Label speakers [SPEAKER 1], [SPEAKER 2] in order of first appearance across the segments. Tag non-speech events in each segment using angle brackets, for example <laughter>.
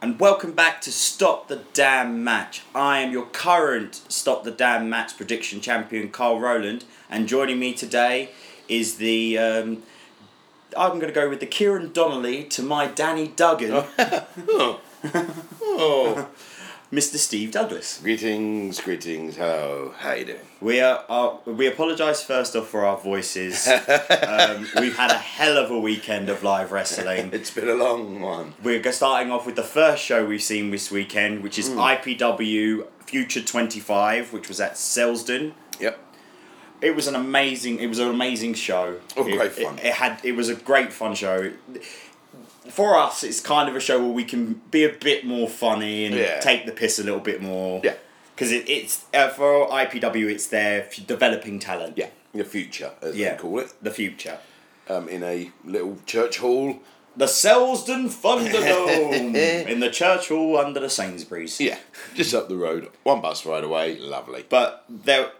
[SPEAKER 1] and welcome back to Stop the Damn Match. I am your current Stop the Damn Match prediction champion, Carl Rowland, and joining me today is the. Um, I'm going to go with the Kieran Donnelly to my Danny Duggan,
[SPEAKER 2] <laughs> Oh.
[SPEAKER 1] <laughs>
[SPEAKER 2] oh.
[SPEAKER 1] Mr. Steve Douglas.
[SPEAKER 2] greetings, greetings. How, how you doing?
[SPEAKER 1] We are, are we apologise first off for our
[SPEAKER 2] <laughs>
[SPEAKER 1] voices. um, we've had a hell of a weekend of live wrestling.
[SPEAKER 2] It's been a long one.
[SPEAKER 1] We're go- starting off with the first show we've seen this weekend, which
[SPEAKER 2] Hmm.
[SPEAKER 1] is IPW Future 25, which was at Selsden.
[SPEAKER 2] Yep.
[SPEAKER 1] It was an amazing. It was an amazing show.
[SPEAKER 2] Oh,
[SPEAKER 1] It-
[SPEAKER 2] great fun.
[SPEAKER 1] It, it had. It was a great fun show. For us, it's kind of a show where we can be a bit more funny and
[SPEAKER 2] Yeah.
[SPEAKER 1] take the piss a little bit more.
[SPEAKER 2] Yeah.
[SPEAKER 1] Because it, it's uh, for IPW, it's their f- developing talent.
[SPEAKER 2] Yeah. The future, as
[SPEAKER 1] Yeah.
[SPEAKER 2] they call it,
[SPEAKER 1] The future.
[SPEAKER 2] um, in a little church hall.
[SPEAKER 1] The Selsden Thunderdome
[SPEAKER 2] <laughs>
[SPEAKER 1] in the church hall under the Sainsbury's.
[SPEAKER 2] Yeah. Just up the road, one bus ride away. Lovely.
[SPEAKER 1] But there,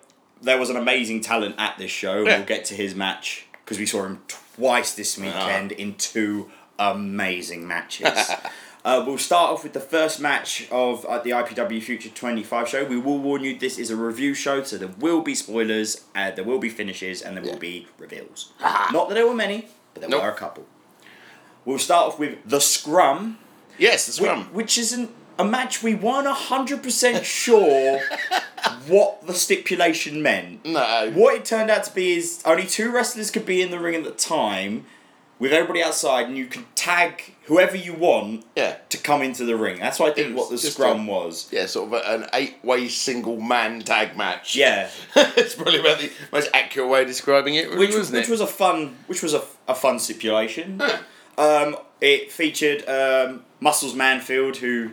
[SPEAKER 1] there was an amazing talent at this show.
[SPEAKER 2] Yeah. Ah.
[SPEAKER 1] We'll get to his match because we saw him twice this weekend in two amazing
[SPEAKER 2] <laughs>
[SPEAKER 1] matches. uh, we'll start off with the first match of uh, the IPW Future Twenty Five show. We will warn you: this is a review show, so there will be spoilers, uh, there will be finishes, and there will be reveals. Not that there were many, but there
[SPEAKER 2] Ah. Nope.
[SPEAKER 1] were a couple. We'll start off with the scrum
[SPEAKER 2] yes, the scrum.
[SPEAKER 1] which isn't a match we weren't hundred percent sure what the stipulation meant.
[SPEAKER 2] no.
[SPEAKER 1] What it turned out to be is only two wrestlers could be in the ring at the time, with everybody outside, and you could tag whoever you want
[SPEAKER 2] Yeah.
[SPEAKER 1] to come into the ring. That's what I think
[SPEAKER 2] It
[SPEAKER 1] what the
[SPEAKER 2] was just
[SPEAKER 1] scrum
[SPEAKER 2] a-
[SPEAKER 1] was.
[SPEAKER 2] Yeah, sort of a- an eight-way single-man tag match.
[SPEAKER 1] Yeah,
[SPEAKER 2] <laughs> it's probably about the most accurate way of describing it, really,
[SPEAKER 1] which,
[SPEAKER 2] wasn't
[SPEAKER 1] which
[SPEAKER 2] it?
[SPEAKER 1] was a fun, which was a, a fun stipulation.
[SPEAKER 2] Yeah.
[SPEAKER 1] Um, it featured um, Muscles Manfield, who,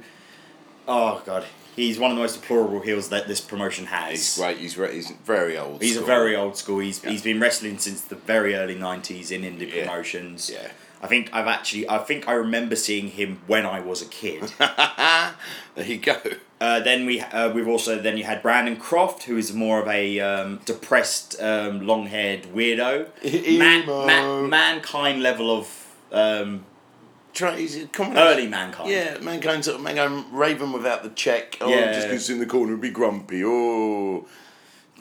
[SPEAKER 1] oh god, he's one of the most deplorable heels that this promotion has.
[SPEAKER 2] He's great. He's, re- he's very old.
[SPEAKER 1] He's a
[SPEAKER 2] school.
[SPEAKER 1] very old school. He's he's been wrestling since the very early nineties in indie
[SPEAKER 2] Yeah.
[SPEAKER 1] promotions.
[SPEAKER 2] Yeah.
[SPEAKER 1] I think I've actually I think I remember seeing him when I was a
[SPEAKER 2] <laughs>
[SPEAKER 1] kid.
[SPEAKER 2] There you go. <laughs>
[SPEAKER 1] uh, then we uh, we've also then you had Brandon Croft, who is more of a um, depressed, um, long haired weirdo, man,
[SPEAKER 2] E- Emo.
[SPEAKER 1] man, mankind level of um,
[SPEAKER 2] Try, he's a combination-
[SPEAKER 1] early mankind.
[SPEAKER 2] Yeah, mankind sort of mankind raven without the check. Oh,
[SPEAKER 1] Yeah.
[SPEAKER 2] just goes in the corner and be grumpy. Oh,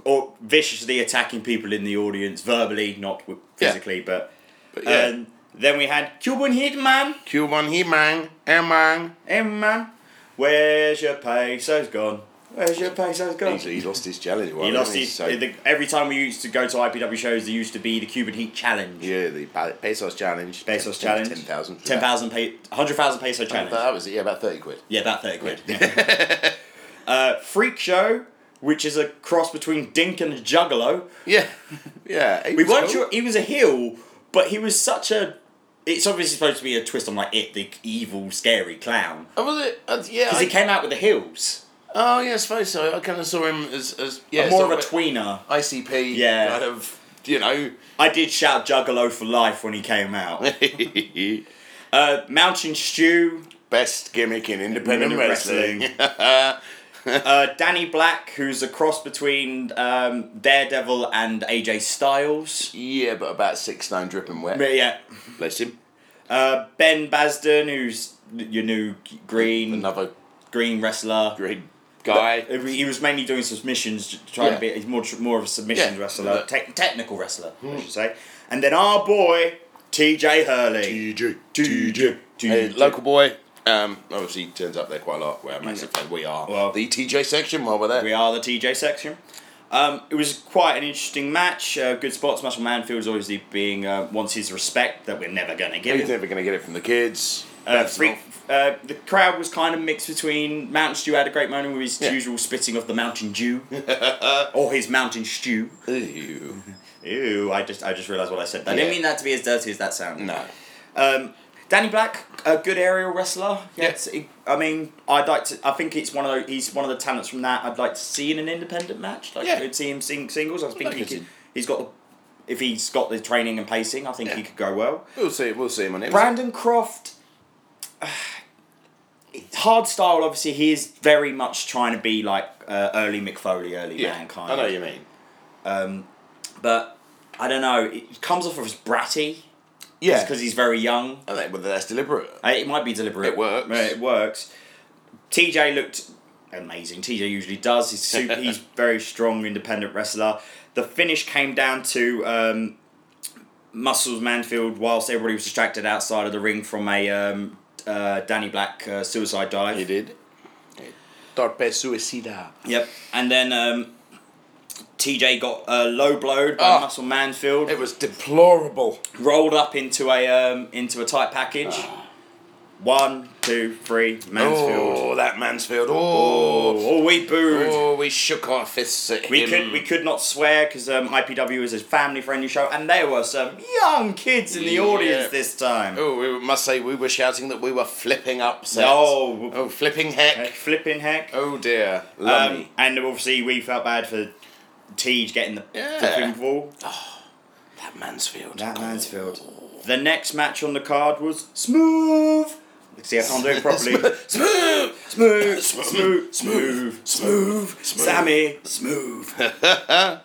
[SPEAKER 1] or viciously attacking people in the audience verbally, not w-
[SPEAKER 2] Yeah.
[SPEAKER 1] physically, but.
[SPEAKER 2] but yeah.
[SPEAKER 1] Um, then we had Cuban Hitman.
[SPEAKER 2] Q one he man, eh man.
[SPEAKER 1] Hey man, where's your pesos gone? Where's your pesos gone?
[SPEAKER 2] He's, he's lost his challenge.
[SPEAKER 1] He
[SPEAKER 2] well,
[SPEAKER 1] lost
[SPEAKER 2] hasn't
[SPEAKER 1] his.
[SPEAKER 2] So,
[SPEAKER 1] the, every time we used to go to IPW shows, there used to be the Cuban Heat Challenge.
[SPEAKER 2] yeah, the pa- pesos challenge.
[SPEAKER 1] Pesos
[SPEAKER 2] Ten-
[SPEAKER 1] challenge.
[SPEAKER 2] Ten thousand.
[SPEAKER 1] Ten thousand pe- hundred thousand peso challenge.
[SPEAKER 2] That was it. Yeah, about thirty quid.
[SPEAKER 1] yeah, about thirty quid.
[SPEAKER 2] <laughs>
[SPEAKER 1] uh, Freak Show, which is a cross between Dink and a Juggalo.
[SPEAKER 2] Yeah, <laughs> yeah. he
[SPEAKER 1] We
[SPEAKER 2] was
[SPEAKER 1] weren't
[SPEAKER 2] cool.
[SPEAKER 1] sure he was a heel, but he was such a. It's obviously supposed to be a twist on like it, the evil, scary clown,
[SPEAKER 2] Oh, was it? Uh, yeah.
[SPEAKER 1] because
[SPEAKER 2] I-
[SPEAKER 1] he came out with the heels,
[SPEAKER 2] oh, yeah. I suppose so. I kind of saw him as as yeah,
[SPEAKER 1] more of
[SPEAKER 2] sort
[SPEAKER 1] a tweener.
[SPEAKER 2] ICP.
[SPEAKER 1] Yeah.
[SPEAKER 2] Kind of. You know.
[SPEAKER 1] I did shout Juggalo for life when he came
[SPEAKER 2] <laughs>
[SPEAKER 1] out. Uh, Mountain Stew,
[SPEAKER 2] Best gimmick in independent
[SPEAKER 1] Independent
[SPEAKER 2] wrestling. <laughs>
[SPEAKER 1] uh, Danny Black, who's a cross between um, Daredevil and AJ Styles.
[SPEAKER 2] yeah, but about six nine dripping wet.
[SPEAKER 1] But yeah,
[SPEAKER 2] Bless him.
[SPEAKER 1] uh, Ben Basden, who's your new green
[SPEAKER 2] Another
[SPEAKER 1] green wrestler.
[SPEAKER 2] great guy.
[SPEAKER 1] Uh, He was mainly doing submissions, j- trying to
[SPEAKER 2] Yeah.
[SPEAKER 1] be. He's more tr- more of a submissions
[SPEAKER 2] Yeah. Hmm.
[SPEAKER 1] wrestler, te- technical wrestler, I should say. And then our boy, TJ Hurley.
[SPEAKER 2] TJ.
[SPEAKER 1] TJ.
[SPEAKER 2] Hey, local boy. Um, obviously turns up there quite a lot. We're a massive fan. We are
[SPEAKER 1] Well-
[SPEAKER 2] the TJ section while we're there.
[SPEAKER 1] We are the TJ section. Um, it was quite an interesting match. Uh, good spots. Muscle Manfield's obviously being uh, wants his respect that we're never going to give
[SPEAKER 2] He's
[SPEAKER 1] him.
[SPEAKER 2] never going to get it from the kids.
[SPEAKER 1] Uh,
[SPEAKER 2] That's
[SPEAKER 1] freak,
[SPEAKER 2] enough.
[SPEAKER 1] uh, the crowd was kind of mixed between Mountain Stew had a great moment with his
[SPEAKER 2] Yeah.
[SPEAKER 1] usual spitting of the Mountain
[SPEAKER 2] <laughs>
[SPEAKER 1] Dew or his Mountain Stew.
[SPEAKER 2] Ew.
[SPEAKER 1] Ew! I just I just realised what I said. I didn't
[SPEAKER 2] Yeah.
[SPEAKER 1] mean that to be as dirty as that sounded.
[SPEAKER 2] No.
[SPEAKER 1] Um, Danny Black, a good aerial wrestler.
[SPEAKER 2] Yeah.
[SPEAKER 1] Yes, he- I mean, I'd like to. I think it's one of the, he's one of the talents from that. I'd like to see in an independent match. Like,
[SPEAKER 2] Yeah.
[SPEAKER 1] I'd see him sing singles. I think
[SPEAKER 2] like
[SPEAKER 1] he
[SPEAKER 2] to
[SPEAKER 1] could,
[SPEAKER 2] see-
[SPEAKER 1] he's got the, if he's got the training and pacing, I think he
[SPEAKER 2] Yeah.
[SPEAKER 1] could go well.
[SPEAKER 2] We'll see. We'll see him on it.
[SPEAKER 1] Brandon Croft. <sighs> it's Hard style, obviously, he is very much trying to be like uh, early Mick Foley, early
[SPEAKER 2] Yeah,
[SPEAKER 1] Mankind.
[SPEAKER 2] I know what you mean.
[SPEAKER 1] But I don't know, it comes off as bratty.
[SPEAKER 2] Yeah.
[SPEAKER 1] because he's very young.
[SPEAKER 2] I think whether that's deliberate.
[SPEAKER 1] Uh, It might be deliberate.
[SPEAKER 2] It works.
[SPEAKER 1] Uh, It works. TJ looked amazing. TJ usually does. He's super,
[SPEAKER 2] <laughs>
[SPEAKER 1] he's very strong, independent wrestler. The finish came down to um, Muscles Manfield whilst everybody was distracted outside of the ring from a um, uh, Danny Black uh, suicide dive.
[SPEAKER 2] He did. Torpe suicida.
[SPEAKER 1] Yep. And then um, TJ got uh, low blowed by
[SPEAKER 2] Ah.
[SPEAKER 1] Muscle Manfield.
[SPEAKER 2] It was deplorable.
[SPEAKER 1] rolled up into a um, into a tight package.
[SPEAKER 2] Ah.
[SPEAKER 1] One, two, three, Mansfield.
[SPEAKER 2] Oh, that Mansfield. Oh,
[SPEAKER 1] Oh, we booed.
[SPEAKER 2] oh, we shook our fists at
[SPEAKER 1] We
[SPEAKER 2] him.
[SPEAKER 1] could we could not swear because um, IPW is a family friendly show, and there were some young kids in the
[SPEAKER 2] Yeah.
[SPEAKER 1] audience this time.
[SPEAKER 2] Oh, we must say we were shouting that we were flipping upset.
[SPEAKER 1] No.
[SPEAKER 2] Oh, flipping heck.
[SPEAKER 1] Heck, Flipping heck.
[SPEAKER 2] Oh dear.
[SPEAKER 1] Um,
[SPEAKER 2] Lummy.
[SPEAKER 1] and obviously we felt bad for Tej getting the
[SPEAKER 2] Yeah.
[SPEAKER 1] flipping ball.
[SPEAKER 2] that Mansfield.
[SPEAKER 1] That Mansfield. The next match on the card was smooth. See, I can't do it properly.
[SPEAKER 2] <laughs> Smooth.
[SPEAKER 1] smooth, smooth, smooth,
[SPEAKER 2] Smooth.
[SPEAKER 1] Sammy Smooth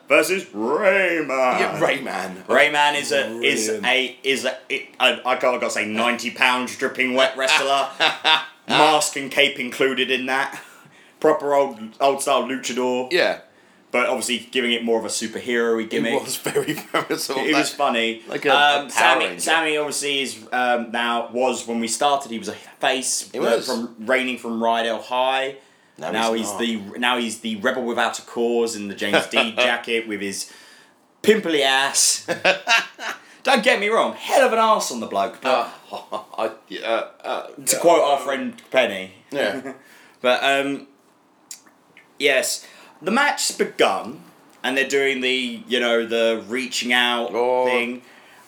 [SPEAKER 1] versus Rayman.
[SPEAKER 2] Yeah, Rayman.
[SPEAKER 1] Rayman is a is
[SPEAKER 2] Brilliant.
[SPEAKER 1] a is a it- I, I gotta gotta say ninety pounds dripping wet
[SPEAKER 2] <laughs>
[SPEAKER 1] wrestler, mask and cape included in that. Proper old old style luchador,
[SPEAKER 2] Yeah.
[SPEAKER 1] but obviously giving it more of a superhero
[SPEAKER 2] It
[SPEAKER 1] gimmick.
[SPEAKER 2] was very <laughs> versatile.
[SPEAKER 1] It was funny. Um,
[SPEAKER 2] Like a Power
[SPEAKER 1] Sammy,
[SPEAKER 2] Ranger.
[SPEAKER 1] Sammy obviously is um, now was when we started. He was a face
[SPEAKER 2] He
[SPEAKER 1] uh,
[SPEAKER 2] was.
[SPEAKER 1] from reigning from Rydell High.
[SPEAKER 2] No,
[SPEAKER 1] now
[SPEAKER 2] he's
[SPEAKER 1] he's, the now he's the rebel without a cause in the James Dean jacket with his pimply
[SPEAKER 2] <laughs>
[SPEAKER 1] ass. Don't get me wrong, hell of an ass on the bloke. But
[SPEAKER 2] <laughs> I, yeah, uh,
[SPEAKER 1] to quote our friend Penny, <laughs>
[SPEAKER 2] yeah.
[SPEAKER 1] but um, yes, the match's begun, and they're doing the you know the reaching out
[SPEAKER 2] Oh.
[SPEAKER 1] thing,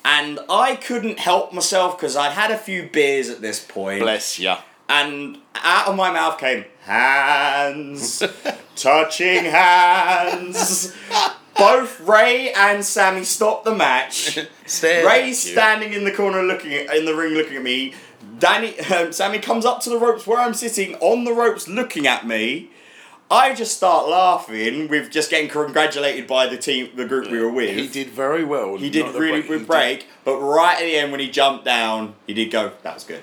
[SPEAKER 1] and I couldn't help myself because I'd had a few beers at this point,
[SPEAKER 2] Bless ya.
[SPEAKER 1] and out of my mouth came hands, touching hands. Both Ray and Sammy stopped the match.
[SPEAKER 2] Stay
[SPEAKER 1] Ray's standing in the corner looking at, in the ring looking at me. Danny um, Sammy comes up to the ropes where I'm sitting on the ropes looking at me. I just start laughing with just getting congratulated by the team the group we were with.
[SPEAKER 2] He did very well.
[SPEAKER 1] He did really good
[SPEAKER 2] <laughs>
[SPEAKER 1] break, but right at the end when he jumped down, he did go, that was good.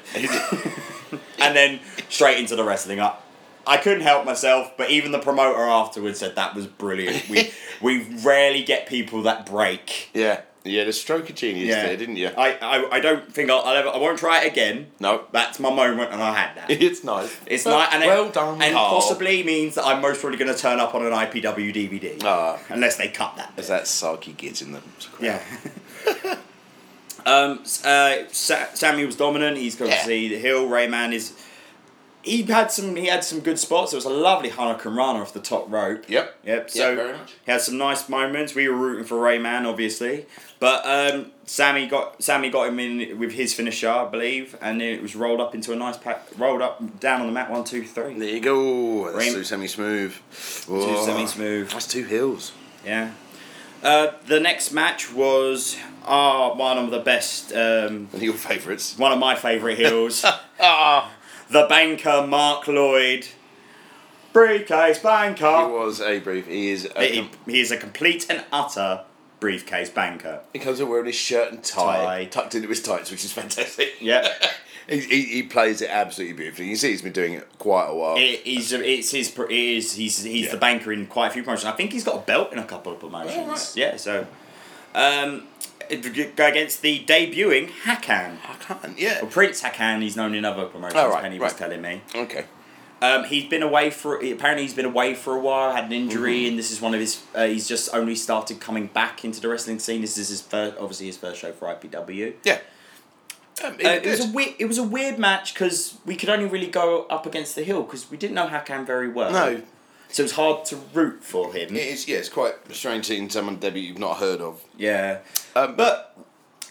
[SPEAKER 1] and then straight into the wrestling up. I couldn't help myself, but even the promoter afterwards said that was brilliant.
[SPEAKER 2] <laughs>
[SPEAKER 1] We we rarely get people that break.
[SPEAKER 2] Yeah. You had a stroke of genius there, didn't you?
[SPEAKER 1] I, I, I don't think I'll, I'll ever. I won't try it again.
[SPEAKER 2] no. <laughs>
[SPEAKER 1] That's my moment, and I had that.
[SPEAKER 2] It's nice.
[SPEAKER 1] It's
[SPEAKER 2] But
[SPEAKER 1] like and it-
[SPEAKER 2] well done,
[SPEAKER 1] and
[SPEAKER 2] Carl.
[SPEAKER 1] possibly means that I'm most probably going to turn up on an IPW DVD
[SPEAKER 2] Ah,
[SPEAKER 1] unless they cut that. bit.
[SPEAKER 2] is that sarky git in the
[SPEAKER 1] Yeah. <laughs> um, s- uh, Sa- Sammy was dominant. He's got
[SPEAKER 2] Yeah.
[SPEAKER 1] to see the hill. Rayman is. He had some. He had some good spots. There was a lovely Hanakan Rana off the top rope.
[SPEAKER 2] Yep.
[SPEAKER 1] Yep. So
[SPEAKER 2] very much.
[SPEAKER 1] he had some nice moments. We were rooting for Rayman, obviously, but um, Sammy got Sammy got him in with his finisher, I believe, and then it was rolled up into a nice pack, rolled up down on the mat. One, two, three.
[SPEAKER 2] There you go. That's
[SPEAKER 1] Rain-
[SPEAKER 2] too semi smooth.
[SPEAKER 1] Two semi smooth.
[SPEAKER 2] That's two hills.
[SPEAKER 1] Yeah. Uh, the next match was ah one of the best um,
[SPEAKER 2] And your favourites.
[SPEAKER 1] one of my favourite heels,
[SPEAKER 2] <laughs> Ah,
[SPEAKER 1] the banker Mark Lloyd. Briefcase
[SPEAKER 2] he
[SPEAKER 1] banker.
[SPEAKER 2] was a brief. He is. A
[SPEAKER 1] He, he is a complete and utter briefcase banker.
[SPEAKER 2] He comes in wearing his shirt and tie,
[SPEAKER 1] Tie.
[SPEAKER 2] tucked into his tights, which is fantastic.
[SPEAKER 1] <laughs> Yep.
[SPEAKER 2] he, he, he plays it absolutely beautifully. You see, he's been doing it quite a while.
[SPEAKER 1] It, he's, it's his, pr- it is, he's, he's
[SPEAKER 2] Yeah.
[SPEAKER 1] the banker in quite a few promotions. I think he's got a belt in a couple of promotions.
[SPEAKER 2] Oh, right.
[SPEAKER 1] Yeah, so. Um, it- go against the debuting Hakan.
[SPEAKER 2] I can't. Yeah.
[SPEAKER 1] Well, Prince Hakan, he's known in other promotions,
[SPEAKER 2] Oh, right,
[SPEAKER 1] Penny was
[SPEAKER 2] right.
[SPEAKER 1] telling me.
[SPEAKER 2] Okay.
[SPEAKER 1] Um, he's been away for apparently he's been away for a while, had an injury,
[SPEAKER 2] Mm-hmm.
[SPEAKER 1] and this is one of his. Uh, he's just only started coming back into the wrestling scene. This is his first, obviously his first show for IPW.
[SPEAKER 2] Yeah. Um, he
[SPEAKER 1] Uh,
[SPEAKER 2] did.
[SPEAKER 1] it was a weird, it was a weird match because we could only really go up against the hill because we didn't know Hakan very well.
[SPEAKER 2] no.
[SPEAKER 1] so it was hard to root for him.
[SPEAKER 2] It is. Yeah, it's quite strange seeing someone debut you've not heard of.
[SPEAKER 1] yeah,
[SPEAKER 2] Um,
[SPEAKER 1] but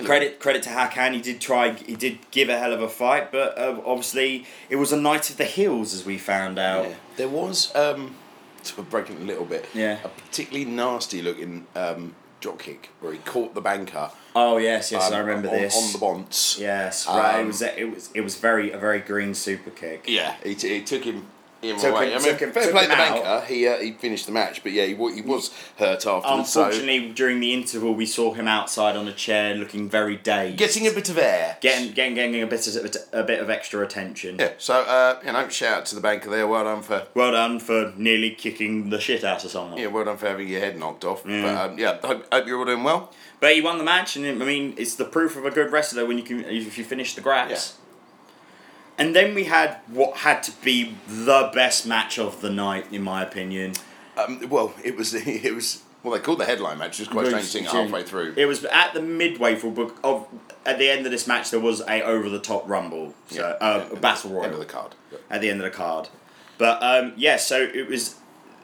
[SPEAKER 1] credit credit to Hakan, he did try, he did give a hell of a fight, but uh, obviously it was a night of the hills as we found out.
[SPEAKER 2] Yeah. There was, um, to break it a little bit,
[SPEAKER 1] Yeah.
[SPEAKER 2] a particularly nasty looking um, drop kick where he caught the banker.
[SPEAKER 1] Oh yes, yes,
[SPEAKER 2] um,
[SPEAKER 1] I remember
[SPEAKER 2] on,
[SPEAKER 1] this
[SPEAKER 2] On the bonds.
[SPEAKER 1] Yes, right.
[SPEAKER 2] Um,
[SPEAKER 1] it was it was it was very a very green super kick.
[SPEAKER 2] Yeah, he, t- he took him. He, him
[SPEAKER 1] Took
[SPEAKER 2] away.
[SPEAKER 1] him-
[SPEAKER 2] I mean,
[SPEAKER 1] took him-
[SPEAKER 2] fair
[SPEAKER 1] took
[SPEAKER 2] play
[SPEAKER 1] him
[SPEAKER 2] to the
[SPEAKER 1] out.
[SPEAKER 2] banker. He uh, he finished the match, but yeah, he, wa- he was hurt afterwards. So
[SPEAKER 1] Unfortunately, during the interval, we saw him outside on a chair, looking very dazed,
[SPEAKER 2] getting a bit of air.
[SPEAKER 1] getting getting, getting a bit of, a bit of extra attention.
[SPEAKER 2] Yeah. So uh, you know, shout out to the banker there. Well done for
[SPEAKER 1] Well done for nearly kicking the shit out of someone.
[SPEAKER 2] yeah, well done for having your head knocked off.
[SPEAKER 1] Mm.
[SPEAKER 2] But um, yeah, hope, hope you're all doing well.
[SPEAKER 1] But he won the match, and I mean, it's the proof of a good wrestler when you can if you finish the grabs. And then we had what had to be the best match of the night, in my opinion.
[SPEAKER 2] Um, well, it was <laughs> it was well they called the headline match. It was quite a strange thing halfway through.
[SPEAKER 1] It was at the midway for book of at the end of this match there was a over the top rumble, so uh, battle royal
[SPEAKER 2] End of the card. Yeah.
[SPEAKER 1] at the end of the card. But um, yeah, so it was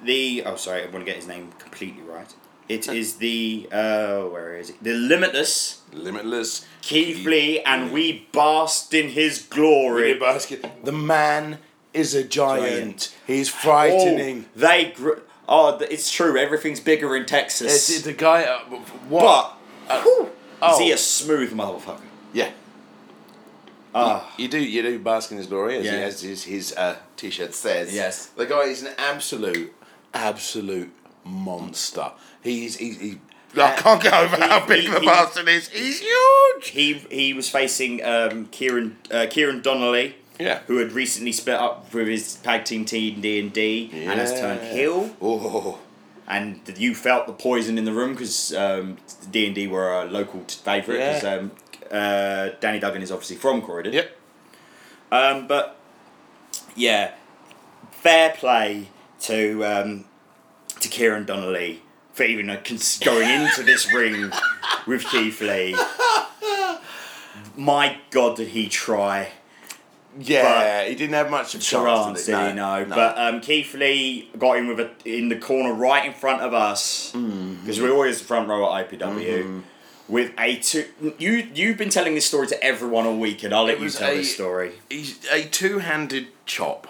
[SPEAKER 1] the oh sorry, I want to get his name completely right. It is the uh, where is it? The Limitless
[SPEAKER 2] Limitless.
[SPEAKER 1] Keith Lee, and we basked in his glory.
[SPEAKER 2] Basket. The man is a giant.
[SPEAKER 1] Giant.
[SPEAKER 2] He's
[SPEAKER 1] Oh,
[SPEAKER 2] frightening.
[SPEAKER 1] they gr- oh, th- it's true. Everything's bigger in Texas,
[SPEAKER 2] It's, it's the guy. Uh, what?
[SPEAKER 1] but whew,
[SPEAKER 2] oh.
[SPEAKER 1] is he a smooth motherfucker?
[SPEAKER 2] yeah.
[SPEAKER 1] Ah.
[SPEAKER 2] You do, you do bask in his glory, as,
[SPEAKER 1] Yeah.
[SPEAKER 2] he, as his, his uh, t-shirt says.
[SPEAKER 1] Yes.
[SPEAKER 2] the guy is an absolute, absolute monster. He's, he's, he, I can't get over how big
[SPEAKER 1] he-
[SPEAKER 2] the
[SPEAKER 1] he-
[SPEAKER 2] bastard is. He's huge.
[SPEAKER 1] He he was facing um, Kieran uh, Kieran Donnelly,
[SPEAKER 2] Yeah.
[SPEAKER 1] who had recently split up with his tag team team D and D, and has turned
[SPEAKER 2] Yeah.
[SPEAKER 1] heel.
[SPEAKER 2] Oh,
[SPEAKER 1] and you felt the poison in the room because um, D and D were a local t- favourite because
[SPEAKER 2] Yeah.
[SPEAKER 1] um, uh, Danny Duggan is obviously from Croydon.
[SPEAKER 2] yep.
[SPEAKER 1] Um, but yeah, fair play to um, to Kieran Donnelly for even uh, cons- going into this ring with Keith Lee. My God, did he try?
[SPEAKER 2] Yeah, he didn't have much of a chance.
[SPEAKER 1] Chance, did he? No. But um, Keith Lee got in with a in the corner right in front of us
[SPEAKER 2] Mm-hmm.
[SPEAKER 1] because we're always the front row at IPW. With a two, you you've been telling this story to everyone all week, and I'll let
[SPEAKER 2] It
[SPEAKER 1] you
[SPEAKER 2] was
[SPEAKER 1] tell
[SPEAKER 2] a-
[SPEAKER 1] this story.
[SPEAKER 2] He's a two-handed chop.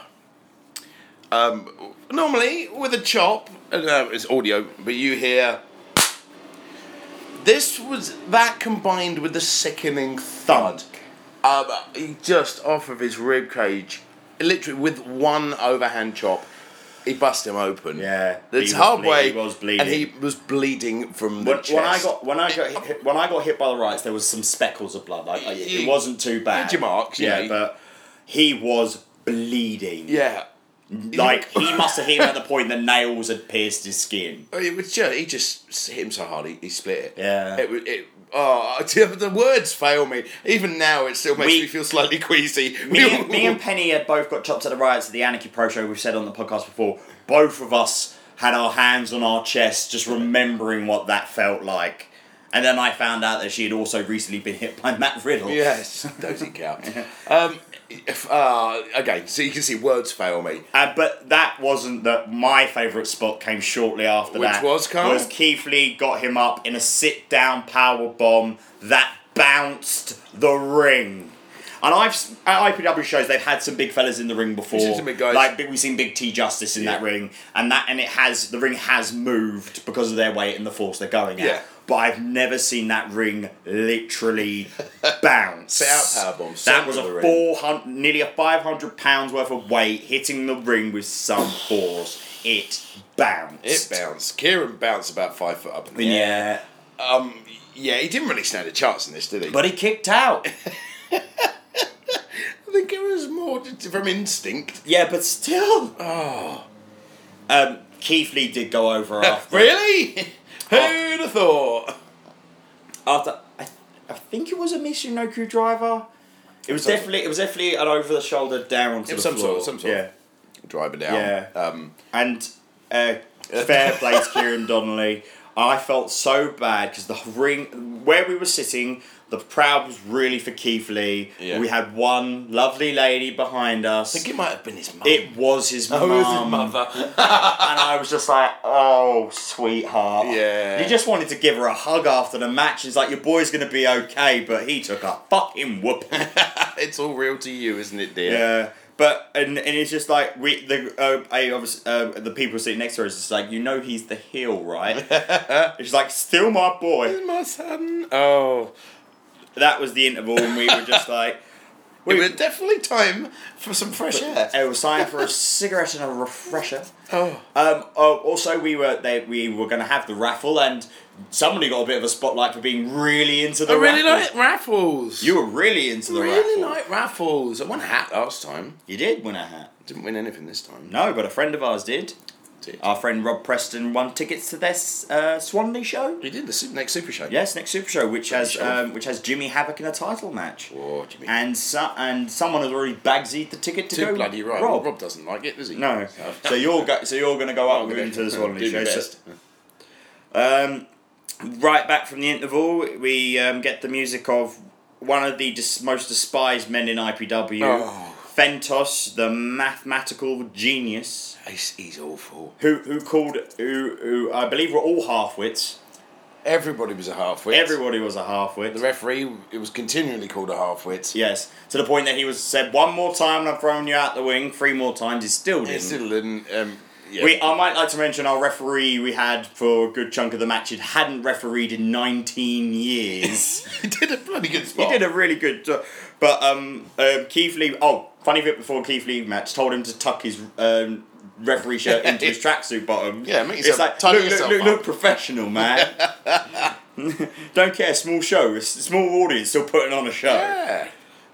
[SPEAKER 2] Um, normally with a chop, uh, no, it's audio, but you hear. This was that combined with the sickening thud, um, he just off of his rib cage, literally with one overhand chop, he bust him open.
[SPEAKER 1] Yeah,
[SPEAKER 2] it's
[SPEAKER 1] he was
[SPEAKER 2] halfway,
[SPEAKER 1] bleeding- he was bleeding.
[SPEAKER 2] and he was bleeding from the
[SPEAKER 1] When,
[SPEAKER 2] chest.
[SPEAKER 1] when I got when I got hit, when I got hit by the rights, there was some speckles of blood. Like, like, it
[SPEAKER 2] You-
[SPEAKER 1] wasn't too bad.
[SPEAKER 2] Hit your marks, yeah.
[SPEAKER 1] but he was bleeding.
[SPEAKER 2] yeah,
[SPEAKER 1] like he must have hit him at the point the nails had pierced his skin.
[SPEAKER 2] Oh, It was just he just hit him so hard he, he split it.
[SPEAKER 1] Yeah.
[SPEAKER 2] It was it. Oh, <laughs> the words fail me. Even now, it still makes
[SPEAKER 1] We-
[SPEAKER 2] me feel slightly queasy.
[SPEAKER 1] Me
[SPEAKER 2] <laughs>
[SPEAKER 1] and, me and Penny had both got chopped at the riots at the Anarchy Pro Show. We've said on the podcast before. Both of us had our hands on our chests, just remembering what that felt like. And then I found out that she had also recently been hit by Matt Riddle.
[SPEAKER 2] yes, dozy cow. um, if, uh, okay, so you can see words fail me.
[SPEAKER 1] Uh, but that wasn't that. My favourite spot came shortly after
[SPEAKER 2] Which
[SPEAKER 1] that.
[SPEAKER 2] was, Carl?
[SPEAKER 1] was Keith Lee got him up in a sit down power bomb that bounced the ring. And I've s- at IPW shows they've had some big fellas in the ring before.
[SPEAKER 2] seen some big guys.
[SPEAKER 1] Like big- we've seen Big T Justice in that
[SPEAKER 2] Yeah.
[SPEAKER 1] ring, and that and it has the ring has moved because of their weight and the force they're going at.
[SPEAKER 2] Yeah.
[SPEAKER 1] But I've never seen that ring literally <laughs> bounce.
[SPEAKER 2] Sit out powerbomb,
[SPEAKER 1] That
[SPEAKER 2] center
[SPEAKER 1] was
[SPEAKER 2] of the
[SPEAKER 1] a
[SPEAKER 2] ring.
[SPEAKER 1] four hundred, nearly a five hundred pounds worth of weight hitting the ring with some force. It bounced.
[SPEAKER 2] It bounced. Kieran bounced about five foot up in the
[SPEAKER 1] Yeah.
[SPEAKER 2] air. Um, yeah, he didn't really stand a chance in this, did he?
[SPEAKER 1] but he kicked
[SPEAKER 2] <laughs>
[SPEAKER 1] out.
[SPEAKER 2] I think it was more just from instinct.
[SPEAKER 1] yeah, but still. Oh. Um, Keith Lee did go
[SPEAKER 2] <laughs>
[SPEAKER 1] over after. <laughs>
[SPEAKER 2] Really?
[SPEAKER 1] Oh.
[SPEAKER 2] Who'd have thought?
[SPEAKER 1] After I, I think it was a Michinoku driver. It was
[SPEAKER 2] Some-
[SPEAKER 1] definitely it was definitely an over the shoulder down onto
[SPEAKER 2] It
[SPEAKER 1] the
[SPEAKER 2] was some
[SPEAKER 1] floor.
[SPEAKER 2] sort, some sort.
[SPEAKER 1] Yeah.
[SPEAKER 2] Driver down.
[SPEAKER 1] Yeah.
[SPEAKER 2] Um,
[SPEAKER 1] And uh, fair play to Kieran Donnelly. I felt so bad because the ring where we were sitting, the crowd was really for Keith Lee.
[SPEAKER 2] Yeah.
[SPEAKER 1] We had one lovely lady behind us.
[SPEAKER 2] I think it might have been his mum.
[SPEAKER 1] It was his mum,
[SPEAKER 2] mother.
[SPEAKER 1] and I was just like, "Oh, sweetheart."
[SPEAKER 2] Yeah.
[SPEAKER 1] You just wanted to give her a hug after the match. It's like your boy's gonna be okay, but he took a fucking whoop.
[SPEAKER 2] it's all real to you, isn't it, dear?
[SPEAKER 1] Yeah, but and, and it's just like we the uh, I obviously uh, the people sitting next to her is just like you know he's the heel right. it's like still my boy.
[SPEAKER 2] My son. Oh.
[SPEAKER 1] That was the interval, and we were just like, Wait.
[SPEAKER 2] it was definitely time for some fresh air.
[SPEAKER 1] It was time for a cigarette and a refresher.
[SPEAKER 2] Oh.
[SPEAKER 1] Um, oh, also, we were they, we were going to have the raffle, and somebody got a bit of a spotlight for being really into the
[SPEAKER 2] I Oh, really
[SPEAKER 1] raffle.
[SPEAKER 2] like raffles.
[SPEAKER 1] Oh, You were really into the
[SPEAKER 2] really
[SPEAKER 1] raffle.
[SPEAKER 2] like raffles. I won a hat last time.
[SPEAKER 1] You did win a hat.
[SPEAKER 2] Didn't win anything this time.
[SPEAKER 1] No, Oh. but a friend of ours did.
[SPEAKER 2] Did.
[SPEAKER 1] Our friend Rob Preston won tickets to their uh, Swanley show.
[SPEAKER 2] We did the Super- next Super Show.
[SPEAKER 1] Yes, next Super Show, which has
[SPEAKER 2] show.
[SPEAKER 1] um, which has Jimmy Havoc in a title match.
[SPEAKER 2] Oh, Jimmy.
[SPEAKER 1] And so, and someone has already bagsied the ticket to
[SPEAKER 2] Too
[SPEAKER 1] go.
[SPEAKER 2] bloody right. Rob.
[SPEAKER 1] Rob.
[SPEAKER 2] Rob doesn't like it, does he? <laughs>
[SPEAKER 1] No.
[SPEAKER 2] So-
[SPEAKER 1] So you're go- so you're going to go up
[SPEAKER 2] I'm
[SPEAKER 1] with
[SPEAKER 2] gonna
[SPEAKER 1] him
[SPEAKER 2] <laughs>
[SPEAKER 1] to the
[SPEAKER 2] do
[SPEAKER 1] Swanley
[SPEAKER 2] my
[SPEAKER 1] show. So-
[SPEAKER 2] best.
[SPEAKER 1] Um, right back from the interval, we um, get the music of one of the dis- most despised men in IPW,
[SPEAKER 2] Oh.
[SPEAKER 1] Fentos, the mathematical genius,
[SPEAKER 2] He's, he's awful.
[SPEAKER 1] who who called who who I believe were all halfwits.
[SPEAKER 2] Everybody was a half-wit.
[SPEAKER 1] Everybody was a
[SPEAKER 2] The
[SPEAKER 1] halfwit.
[SPEAKER 2] referee, it was continually called a half-wit.
[SPEAKER 1] Yes, to the point that he was said one more time and I've thrown you out the wing. Three more times, he still
[SPEAKER 2] It
[SPEAKER 1] didn't.
[SPEAKER 2] still didn't. Um, yeah.
[SPEAKER 1] We, I might like to mention our referee we had for a good chunk of the match. It hadn't refereed in 19 years.
[SPEAKER 2] <laughs> he did a bloody good
[SPEAKER 1] <laughs> he
[SPEAKER 2] spot.
[SPEAKER 1] did a really good job. But um, um, Keith Lee, oh, funny bit before Keith Lee match, told him to tuck his um, referee shirt into <laughs> his tracksuit bottom.
[SPEAKER 2] Yeah, make
[SPEAKER 1] It's
[SPEAKER 2] yourself-
[SPEAKER 1] like,
[SPEAKER 2] tidy
[SPEAKER 1] look, look,
[SPEAKER 2] yourself
[SPEAKER 1] look,
[SPEAKER 2] up."
[SPEAKER 1] look professional, <laughs> man. Don't care, small show, it's a small audience still putting on a show.
[SPEAKER 2] Yeah.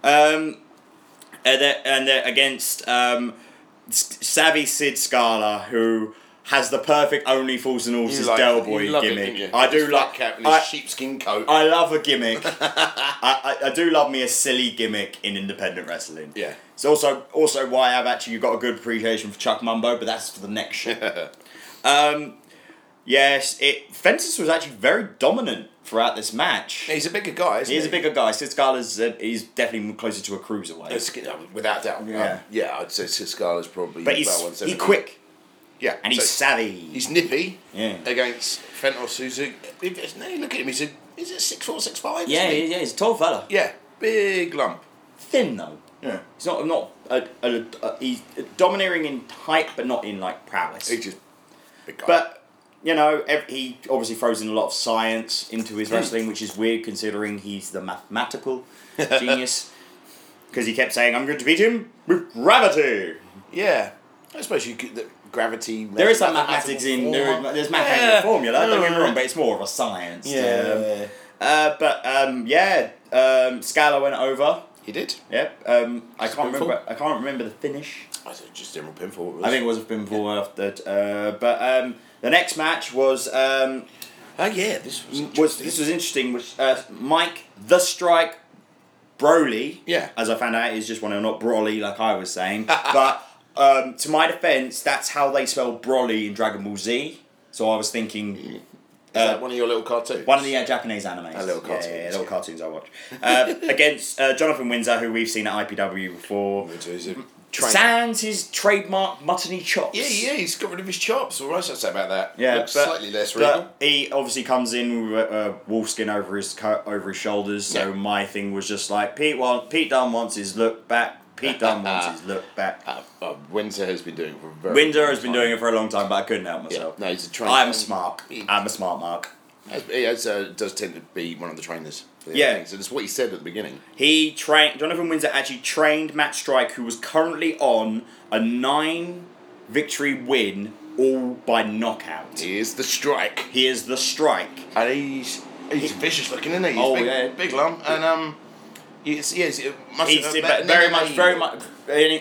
[SPEAKER 1] Um, and they're, and they're against um, S- Savvy Sid Scala, who has the perfect only fools and horses
[SPEAKER 2] like-
[SPEAKER 1] Del Boy
[SPEAKER 2] you love it,
[SPEAKER 1] gimmick.
[SPEAKER 2] don't you?
[SPEAKER 1] I do
[SPEAKER 2] His
[SPEAKER 1] like.
[SPEAKER 2] flat cap and his
[SPEAKER 1] I,
[SPEAKER 2] sheepskin coat.
[SPEAKER 1] I love a
[SPEAKER 2] <laughs>
[SPEAKER 1] gimmick. I, I, I do love me a silly gimmick in independent wrestling.
[SPEAKER 2] Yeah.
[SPEAKER 1] It's also also why I've actually got a good appreciation for Chuck Mumbo, but that's for the next show.
[SPEAKER 2] <laughs>
[SPEAKER 1] um, yes, it Fences was actually very dominant throughout this match.
[SPEAKER 2] he's a bigger guy. Isn't
[SPEAKER 1] He's a
[SPEAKER 2] he?
[SPEAKER 1] bigger guy. Sid Scala's uh, he's definitely closer to a cruiserweight.
[SPEAKER 2] It's- yeah, without doubt.
[SPEAKER 1] Yeah.
[SPEAKER 2] Um, yeah, I'd say Siscala's probably
[SPEAKER 1] But
[SPEAKER 2] about
[SPEAKER 1] he's
[SPEAKER 2] 170.
[SPEAKER 1] he quick
[SPEAKER 2] Yeah,
[SPEAKER 1] and
[SPEAKER 2] so
[SPEAKER 1] he's savvy.
[SPEAKER 2] he's nippy.
[SPEAKER 1] Yeah.
[SPEAKER 2] Against Fentos, who's a if- now you look at him. He's a is it six four six five?
[SPEAKER 1] yeah, yeah, yeah, he's a tall fella.
[SPEAKER 2] yeah, big lump.
[SPEAKER 1] Thin though.
[SPEAKER 2] Yeah.
[SPEAKER 1] He's not not a, a, a- he's domineering in height, but not in like prowess.
[SPEAKER 2] He's just big guy.
[SPEAKER 1] But you know, ev- he obviously throws in a lot of science into his wrestling, which is weird considering he's the <laughs> mathematical genius. Because he kept saying, "I'm going to beat him with gravity."
[SPEAKER 2] yeah, I suppose you could the gravity.
[SPEAKER 1] There is some mathematics in there.
[SPEAKER 2] form.
[SPEAKER 1] There's mathematics in the
[SPEAKER 2] Yeah.
[SPEAKER 1] formula. Don't get me
[SPEAKER 2] Yeah.
[SPEAKER 1] wrong, but it's more of a science. to them.
[SPEAKER 2] Yeah,
[SPEAKER 1] Uh, but um, yeah, um, Scala went over.
[SPEAKER 2] he did.
[SPEAKER 1] Yep. Um, I can't
[SPEAKER 2] Spoonful?
[SPEAKER 1] remember. I can't remember the finish.
[SPEAKER 2] I said just general pinfall. it was.
[SPEAKER 1] I think it was a pinfall after. Uh, but um, the next match was um,
[SPEAKER 2] Oh yeah, this was,
[SPEAKER 1] Mm, was this was interesting. Was uh, Mike the Strike Broly?
[SPEAKER 2] Yeah.
[SPEAKER 1] As I found out, is just one of not Broly like I was
[SPEAKER 2] <laughs>
[SPEAKER 1] saying. but um, to my defense, that's how they spell Broly in Dragon Ball Z. So I was thinking
[SPEAKER 2] Is that one of your little cartoons.
[SPEAKER 1] Uh, One of the uh, Japanese animes.
[SPEAKER 2] Ah, little
[SPEAKER 1] Yeah, Yeah, yeah,
[SPEAKER 2] cartoons,
[SPEAKER 1] little
[SPEAKER 2] yeah.
[SPEAKER 1] cartoons I watch. Uh, <laughs> against uh, Jonathan Windsor, who we've seen at IPW before.
[SPEAKER 2] Which is a train-
[SPEAKER 1] Sans his trademark muttony chops.
[SPEAKER 2] Yeah, yeah, he's got rid of his chops. All right, so I'd say about that.
[SPEAKER 1] Yeah,
[SPEAKER 2] Looks
[SPEAKER 1] but-
[SPEAKER 2] slightly less regal.
[SPEAKER 1] But he obviously comes in with uh, wolf skin over his co- over his shoulders. So
[SPEAKER 2] Yeah.
[SPEAKER 1] my thing was just like Pete want Pete Dunne wants his look back.
[SPEAKER 2] <laughs>
[SPEAKER 1] Pete Dunne wants his look back.
[SPEAKER 2] Uh, uh, Windsor has been doing it for a very
[SPEAKER 1] Windsor
[SPEAKER 2] long
[SPEAKER 1] has been
[SPEAKER 2] time.
[SPEAKER 1] doing it for a long time, but I couldn't help
[SPEAKER 2] Yeah.
[SPEAKER 1] myself.
[SPEAKER 2] No, he's a trainer.
[SPEAKER 1] I'm a smart.
[SPEAKER 2] He-
[SPEAKER 1] I'm a smart mark.
[SPEAKER 2] He has, uh, does tend to be one of the trainers. for the
[SPEAKER 1] Yeah.
[SPEAKER 2] things, and it's what he said at the beginning.
[SPEAKER 1] He trained Jonathan Windsor actually trained Matt Strike, who was currently on a nine victory win all by knockout.
[SPEAKER 2] He is the strike,
[SPEAKER 1] He is the strike.
[SPEAKER 2] and he's he's vicious looking, isn't he? He's
[SPEAKER 1] Oh,
[SPEAKER 2] big,
[SPEAKER 1] yeah.
[SPEAKER 2] big lump, and um, he's, he is, it must
[SPEAKER 1] He's
[SPEAKER 2] uh,
[SPEAKER 1] in-
[SPEAKER 2] but-
[SPEAKER 1] very
[SPEAKER 2] no,
[SPEAKER 1] much,
[SPEAKER 2] no,
[SPEAKER 1] very much,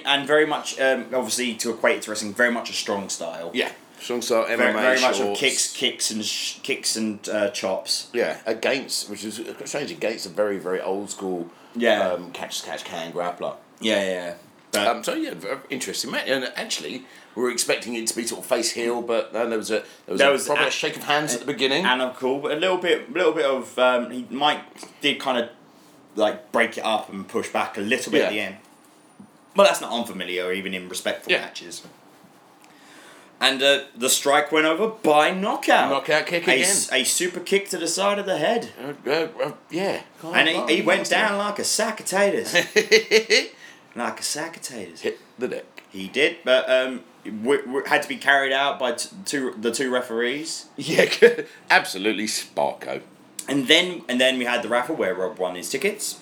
[SPEAKER 1] and very much, um, obviously to equate to wrestling, very much a strong style.
[SPEAKER 2] Yeah, strong style MMA,
[SPEAKER 1] very, very much of
[SPEAKER 2] shorts.
[SPEAKER 1] kicks, kicks and sh- kicks and uh, chops.
[SPEAKER 2] Yeah, against which is strange. Against a very very old school
[SPEAKER 1] Yeah.
[SPEAKER 2] um, catch catch can grappler.
[SPEAKER 1] Yeah, yeah. yeah. But
[SPEAKER 2] Um, so yeah, v- interesting match. And actually, we were expecting it to be sort of face heel, but uh, there was a there was,
[SPEAKER 1] There
[SPEAKER 2] a,
[SPEAKER 1] was
[SPEAKER 2] probably
[SPEAKER 1] a-
[SPEAKER 2] a shake of hands at the beginning.
[SPEAKER 1] and I'm cool, but a little bit, little bit of um, he, Mike did kind of like break it up and push back a little bit at the
[SPEAKER 2] Yeah.
[SPEAKER 1] end. But that's not unfamiliar, even in respectful
[SPEAKER 2] Yeah.
[SPEAKER 1] matches. And uh, the strike went over by knockout.
[SPEAKER 2] Knockout kick
[SPEAKER 1] a,
[SPEAKER 2] again.
[SPEAKER 1] s- a super kick to the side of the head.
[SPEAKER 2] Uh, uh, uh, yeah, Oh, God,
[SPEAKER 1] And he, he
[SPEAKER 2] God,
[SPEAKER 1] went
[SPEAKER 2] God.
[SPEAKER 1] down
[SPEAKER 2] <laughs>
[SPEAKER 1] like a sack of taters. like a sack of taters.
[SPEAKER 2] hit the deck.
[SPEAKER 1] He did, but um, w- w- had to be carried out by t- two the two referees.
[SPEAKER 2] Yeah, <laughs> absolutely, Sparko.
[SPEAKER 1] And then and then we had the raffle where Rob won his tickets.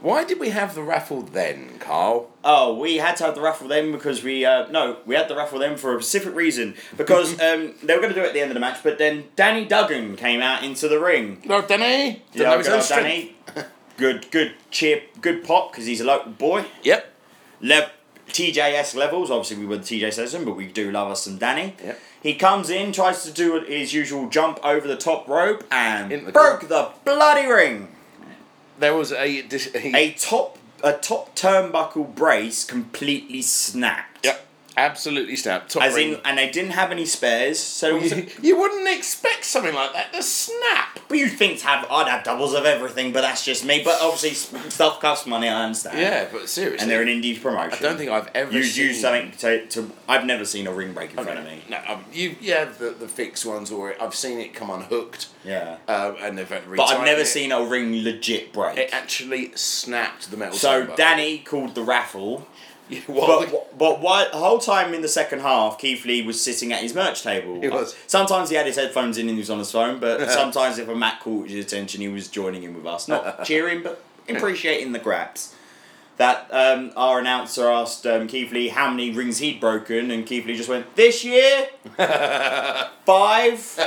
[SPEAKER 2] Why did we have the raffle then, Carl?
[SPEAKER 1] Oh, we had to have the raffle then because we uh, no, we had the raffle then for a specific reason because um, they were going to do it at the end of the match, but then Danny Duggan came out into the ring.
[SPEAKER 2] No, Danny.
[SPEAKER 1] Yeah, good old Danny. Good, good cheer, good pop because he's a local boy.
[SPEAKER 2] Yep.
[SPEAKER 1] Le- TJS levels. Obviously, we were the TJ Session, but we do love us some Danny.
[SPEAKER 2] Yep.
[SPEAKER 1] He comes in, tries to do his usual jump over the top rope, and
[SPEAKER 2] In the
[SPEAKER 1] broke the bloody ring.
[SPEAKER 2] There was a. Dis-
[SPEAKER 1] A top, a top turnbuckle brace completely snapped.
[SPEAKER 2] Yep. Absolutely snapped. Top
[SPEAKER 1] As
[SPEAKER 2] ring.
[SPEAKER 1] in, and they didn't have any spares, so. it
[SPEAKER 2] <laughs>
[SPEAKER 1] was a-
[SPEAKER 2] you wouldn't expect something like that to snap.
[SPEAKER 1] But you think to have I'd have doubles of everything, but that's just me. But obviously, s- stuff costs money. I understand.
[SPEAKER 2] Yeah, but seriously.
[SPEAKER 1] And they're an indie promotion.
[SPEAKER 2] I don't think I've ever
[SPEAKER 1] you
[SPEAKER 2] seen.
[SPEAKER 1] do something to, to. I've never seen a ring break in front of me.
[SPEAKER 2] No, um, you you have the, the fixed ones, or I've seen it come unhooked,
[SPEAKER 1] Yeah.
[SPEAKER 2] um, and they've had to
[SPEAKER 1] But I've
[SPEAKER 2] retighten
[SPEAKER 1] never
[SPEAKER 2] it.
[SPEAKER 1] seen a ring legit break.
[SPEAKER 2] it actually snapped the metal.
[SPEAKER 1] so
[SPEAKER 2] turnbuckle.
[SPEAKER 1] Danny called the raffle,
[SPEAKER 2] Yeah, <laughs> well,
[SPEAKER 1] but but why, the whole time in the second half, Keith Lee was sitting at his merch table.
[SPEAKER 2] He was.
[SPEAKER 1] Sometimes he had his headphones in and he was on his phone,
[SPEAKER 2] <laughs>
[SPEAKER 1] but sometimes if a Matt caught his attention, he was joining in with us, not
[SPEAKER 2] <laughs>
[SPEAKER 1] cheering but appreciating the grabs. That um, our announcer asked um, Keith Lee how many rings he'd broken, and Keith Lee just went this
[SPEAKER 2] <laughs>
[SPEAKER 1] year five.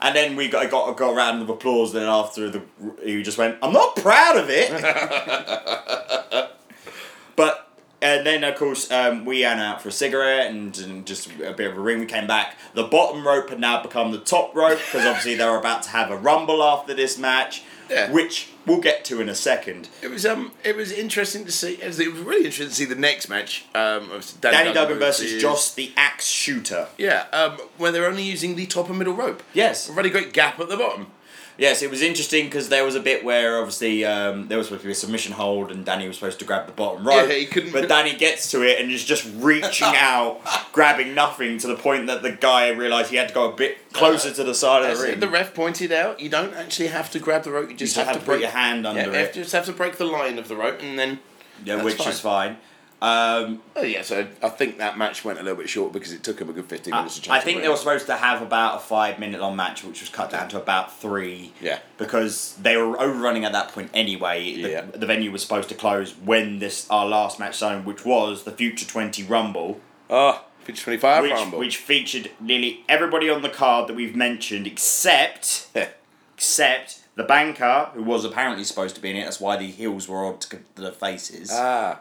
[SPEAKER 1] And then we got got got a round of applause. Then after the he just went, I'm not proud of it. but and then of course um, we ran out for a cigarette and, and just a bit of a ring. We came back. The bottom rope had now become the top rope because obviously they were about to have a rumble after this match,
[SPEAKER 2] Yeah.
[SPEAKER 1] which we'll get to in a second.
[SPEAKER 2] it was um it was interesting to see. It was, it was really interesting to see the next match. Um, of Danny,
[SPEAKER 1] Danny Duggan versus
[SPEAKER 2] is-
[SPEAKER 1] Joss the Axe Shooter.
[SPEAKER 2] Yeah, um, where they're only using the top and middle rope.
[SPEAKER 1] Yes.
[SPEAKER 2] a really great gap at the bottom.
[SPEAKER 1] Yes, it was interesting because there was a bit where obviously um, there was supposed to be a submission hold and Danny was supposed to grab the bottom rope.
[SPEAKER 2] Yeah, he couldn't- <laughs>
[SPEAKER 1] But Danny gets to it and is just reaching out, grabbing nothing to the point that the guy realised he had to go a bit closer to the side of
[SPEAKER 2] As
[SPEAKER 1] the ring.
[SPEAKER 2] the ref pointed out, you don't actually have to grab the rope. You just,
[SPEAKER 1] just have to put
[SPEAKER 2] break
[SPEAKER 1] your hand
[SPEAKER 2] Yeah,
[SPEAKER 1] under
[SPEAKER 2] you have
[SPEAKER 1] it,
[SPEAKER 2] to- just have to break the line of the rope, and then
[SPEAKER 1] yeah,
[SPEAKER 2] that's
[SPEAKER 1] which
[SPEAKER 2] fine.
[SPEAKER 1] is fine. Um,
[SPEAKER 2] Oh yeah, so I think that match went a little bit short because it took him a good fifteen minutes to change.
[SPEAKER 1] I
[SPEAKER 2] the
[SPEAKER 1] think
[SPEAKER 2] ring.
[SPEAKER 1] they were supposed to have about a five minute long match, which was cut down to about three.
[SPEAKER 2] Yeah.
[SPEAKER 1] Because they were overrunning at that point anyway. The,
[SPEAKER 2] Yeah.
[SPEAKER 1] the venue was supposed to close when this our last match zone, which was the Future Twenty Rumble,
[SPEAKER 2] Oh, Pitch twenty five
[SPEAKER 1] which
[SPEAKER 2] rumble.
[SPEAKER 1] which featured nearly everybody on the card that we've mentioned, except
[SPEAKER 2] <laughs> Yeah.
[SPEAKER 1] except the banker who was apparently supposed to be in it. That's why the heels were on to the faces.
[SPEAKER 2] ah.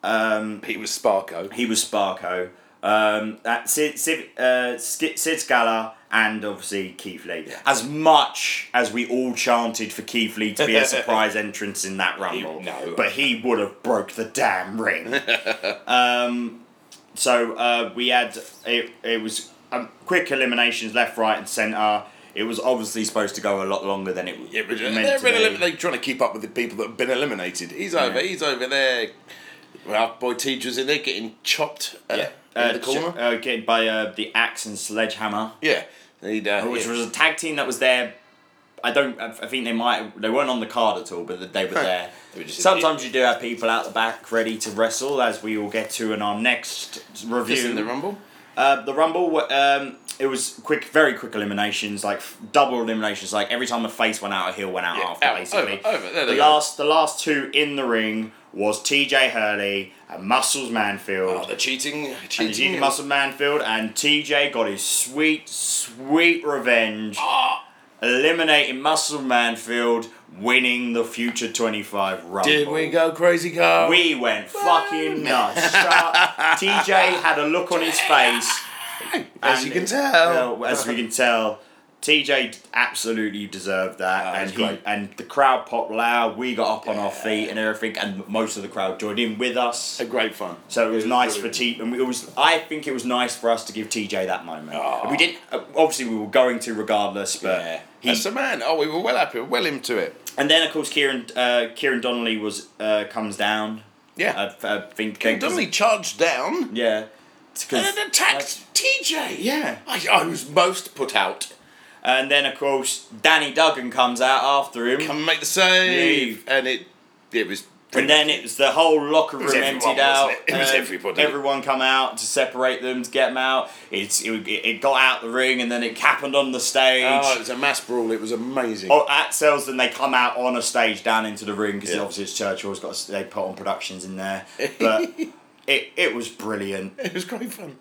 [SPEAKER 2] Um, he was Sparko.
[SPEAKER 1] He was Sparko. Um, that Sid, Sid, uh, Sid, Sid Scala and obviously Keith Lee. As much as we all chanted for Keith Lee to be
[SPEAKER 2] <laughs>
[SPEAKER 1] a surprise entrance in that rumble,
[SPEAKER 2] no.
[SPEAKER 1] but he would have broke the damn
[SPEAKER 2] <laughs>
[SPEAKER 1] ring. um, so uh, we had it. It was um, quick eliminations left, right, and centre. It was obviously supposed to go a lot longer than it
[SPEAKER 2] Yeah, but
[SPEAKER 1] meant
[SPEAKER 2] they're,
[SPEAKER 1] to
[SPEAKER 2] been
[SPEAKER 1] be. Uh,
[SPEAKER 2] elim- they're trying to keep up with the people that have been eliminated. He's over. He's over there. Well, our boy teacher's in there getting chopped uh,
[SPEAKER 1] Yeah.
[SPEAKER 2] in
[SPEAKER 1] Uh,
[SPEAKER 2] the corner.
[SPEAKER 1] uh, getting by uh, the axe and sledgehammer.
[SPEAKER 2] yeah, he'd, uh,
[SPEAKER 1] which
[SPEAKER 2] yeah.
[SPEAKER 1] was a tag team that was there. I don't. I I think they might. They weren't on the card at all, but they were there.
[SPEAKER 2] They were just-
[SPEAKER 1] Sometimes you do have people out the back ready to wrestle, as we will get to in our next
[SPEAKER 2] Just
[SPEAKER 1] review.
[SPEAKER 2] in the rumble.
[SPEAKER 1] Uh, the Rumble, wa- um, it was quick, very quick eliminations, like f- double eliminations. Like every time a face went out, a heel went out
[SPEAKER 2] Yeah,
[SPEAKER 1] after,
[SPEAKER 2] out,
[SPEAKER 1] basically.
[SPEAKER 2] over, over, there
[SPEAKER 1] the
[SPEAKER 2] they go.
[SPEAKER 1] last, the last two in the ring was T.J. Hurley and Muscles Manfield.
[SPEAKER 2] Oh, the cheating,
[SPEAKER 1] And
[SPEAKER 2] cheating.
[SPEAKER 1] Eugene Muscle Manfield and TJ got his sweet, sweet revenge. Eliminating Muscle Manfield, winning the Future 25 Rumble.
[SPEAKER 2] Did we go crazy, Carl?
[SPEAKER 1] We went fucking
[SPEAKER 2] <laughs>
[SPEAKER 1] nuts. Shut- TJ had a look on his face.
[SPEAKER 2] As
[SPEAKER 1] and-
[SPEAKER 2] you can tell.
[SPEAKER 1] Well, as we can tell, TJ absolutely deserved that.
[SPEAKER 2] Ah,
[SPEAKER 1] and
[SPEAKER 2] it's
[SPEAKER 1] he,
[SPEAKER 2] great.
[SPEAKER 1] and the crowd popped loud. We got up on our feet and everything, and most of the crowd joined in with us.
[SPEAKER 2] a great fun.
[SPEAKER 1] So it was nice for
[SPEAKER 2] brilliant.
[SPEAKER 1] T, and it was. I think it was nice for us to give TJ that moment.
[SPEAKER 3] Ah.
[SPEAKER 1] We didn't. uh, Obviously, we were going to regardless, but
[SPEAKER 2] Yeah.
[SPEAKER 1] he.
[SPEAKER 2] That's the man. Oh, we were well happy, well into it.
[SPEAKER 1] and then of course, Kieran uh, Kieran Donnelly was uh, comes down.
[SPEAKER 2] Yeah.
[SPEAKER 1] I, I think.
[SPEAKER 2] He Dudley charged down
[SPEAKER 1] Yeah. 'Cause-
[SPEAKER 2] and then attacked TJ.
[SPEAKER 1] Yeah.
[SPEAKER 2] I, I was most put out.
[SPEAKER 1] and then of course Danny Duggan comes out after him.
[SPEAKER 2] Come and make the save.
[SPEAKER 1] Leave.
[SPEAKER 2] And it it was
[SPEAKER 1] and then it was the whole locker room
[SPEAKER 3] was everyone,
[SPEAKER 1] emptied out.
[SPEAKER 3] wasn't it? It was
[SPEAKER 1] and
[SPEAKER 3] everybody.
[SPEAKER 1] Everyone come out to separate them to get them out. It's it, it got out the ring and then it happened on the stage.
[SPEAKER 2] Oh, it was a mass brawl. It was amazing.
[SPEAKER 1] Oh, at Selsden, they come out on a stage down into the ring because
[SPEAKER 2] Yeah.
[SPEAKER 1] obviously it's Churchill's got they put on productions in there,
[SPEAKER 2] <laughs>
[SPEAKER 1] but it it was brilliant.
[SPEAKER 2] It was great fun.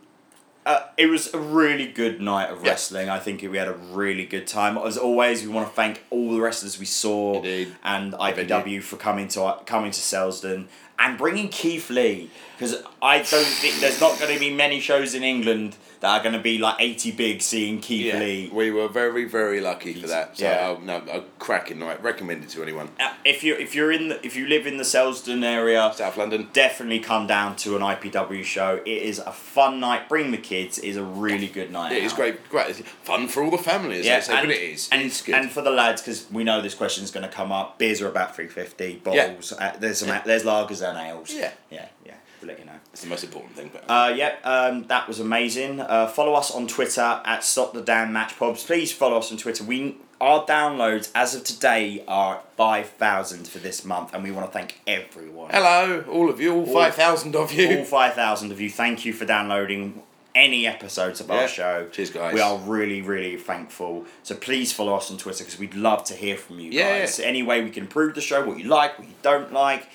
[SPEAKER 1] Uh, it was a really good night of
[SPEAKER 2] Yeah.
[SPEAKER 1] wrestling. I think we had a really good time. As always, we want to thank all the wrestlers we saw
[SPEAKER 2] Indeed.
[SPEAKER 1] and IPW for coming to our, coming to Selsden and bringing Keith Lee because I don't think there's not going to be many shows in England that are going to be like eighty big seeing Keith
[SPEAKER 2] Yeah,
[SPEAKER 1] Lee.
[SPEAKER 2] we were very, very lucky for that. So,
[SPEAKER 1] Yeah.
[SPEAKER 2] uh, no, a cracking night. Recommend it to anyone.
[SPEAKER 1] Uh, If you if you're in the, if you live in the Selsden area,
[SPEAKER 2] South London.
[SPEAKER 1] definitely come down to an IPW show. It is a fun night. Bring the kids. It is a really good night.
[SPEAKER 2] It is
[SPEAKER 1] out.
[SPEAKER 2] great, great it's fun for all the families.
[SPEAKER 1] Yeah,
[SPEAKER 2] Yeah, say,
[SPEAKER 1] and,
[SPEAKER 2] but it is.
[SPEAKER 1] and
[SPEAKER 2] it's good.
[SPEAKER 1] and for the lads because we know this question's going to come up. Beers are about three fifty. Bottles. Uh, there's some, there's lagers and ales.
[SPEAKER 2] Yeah.
[SPEAKER 1] yeah, yeah. We'll let you know.
[SPEAKER 2] it's the most important thing. But
[SPEAKER 1] Uh, yep, um, that was amazing. Uh, follow us on Twitter at Stop the Damn Match Pubs. Please follow us on Twitter. We our downloads as of today are five thousand for this month, and we want to thank everyone.
[SPEAKER 2] hello, all of you, all five thousand of
[SPEAKER 1] all
[SPEAKER 2] you.
[SPEAKER 1] 5,000 of you, thank you for downloading any episodes of
[SPEAKER 2] Yeah.
[SPEAKER 1] our show.
[SPEAKER 2] Cheers, guys.
[SPEAKER 1] We are really, really thankful. So please follow us on Twitter because we'd love to hear from you
[SPEAKER 2] Yeah.
[SPEAKER 1] guys. Any way we can improve the show, what you like, what you don't like,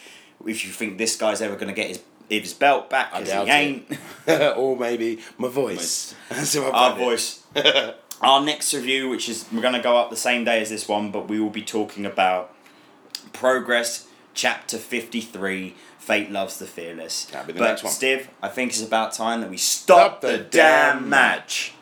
[SPEAKER 1] if you think this guy's ever going to get his, his belt back, because he
[SPEAKER 2] doubt it.
[SPEAKER 1] ain't.
[SPEAKER 2] <laughs> or maybe my voice. <laughs> That's how I
[SPEAKER 1] Our
[SPEAKER 2] find it.
[SPEAKER 1] voice. <laughs> our next review, which is we're going to go up the same day as this one, but we will be talking about Progress Chapter 53 Fate Loves the Fearless.
[SPEAKER 2] That'll be the
[SPEAKER 1] but,
[SPEAKER 2] next one.
[SPEAKER 1] Stiv, I think it's about time that we stop, the, damn match.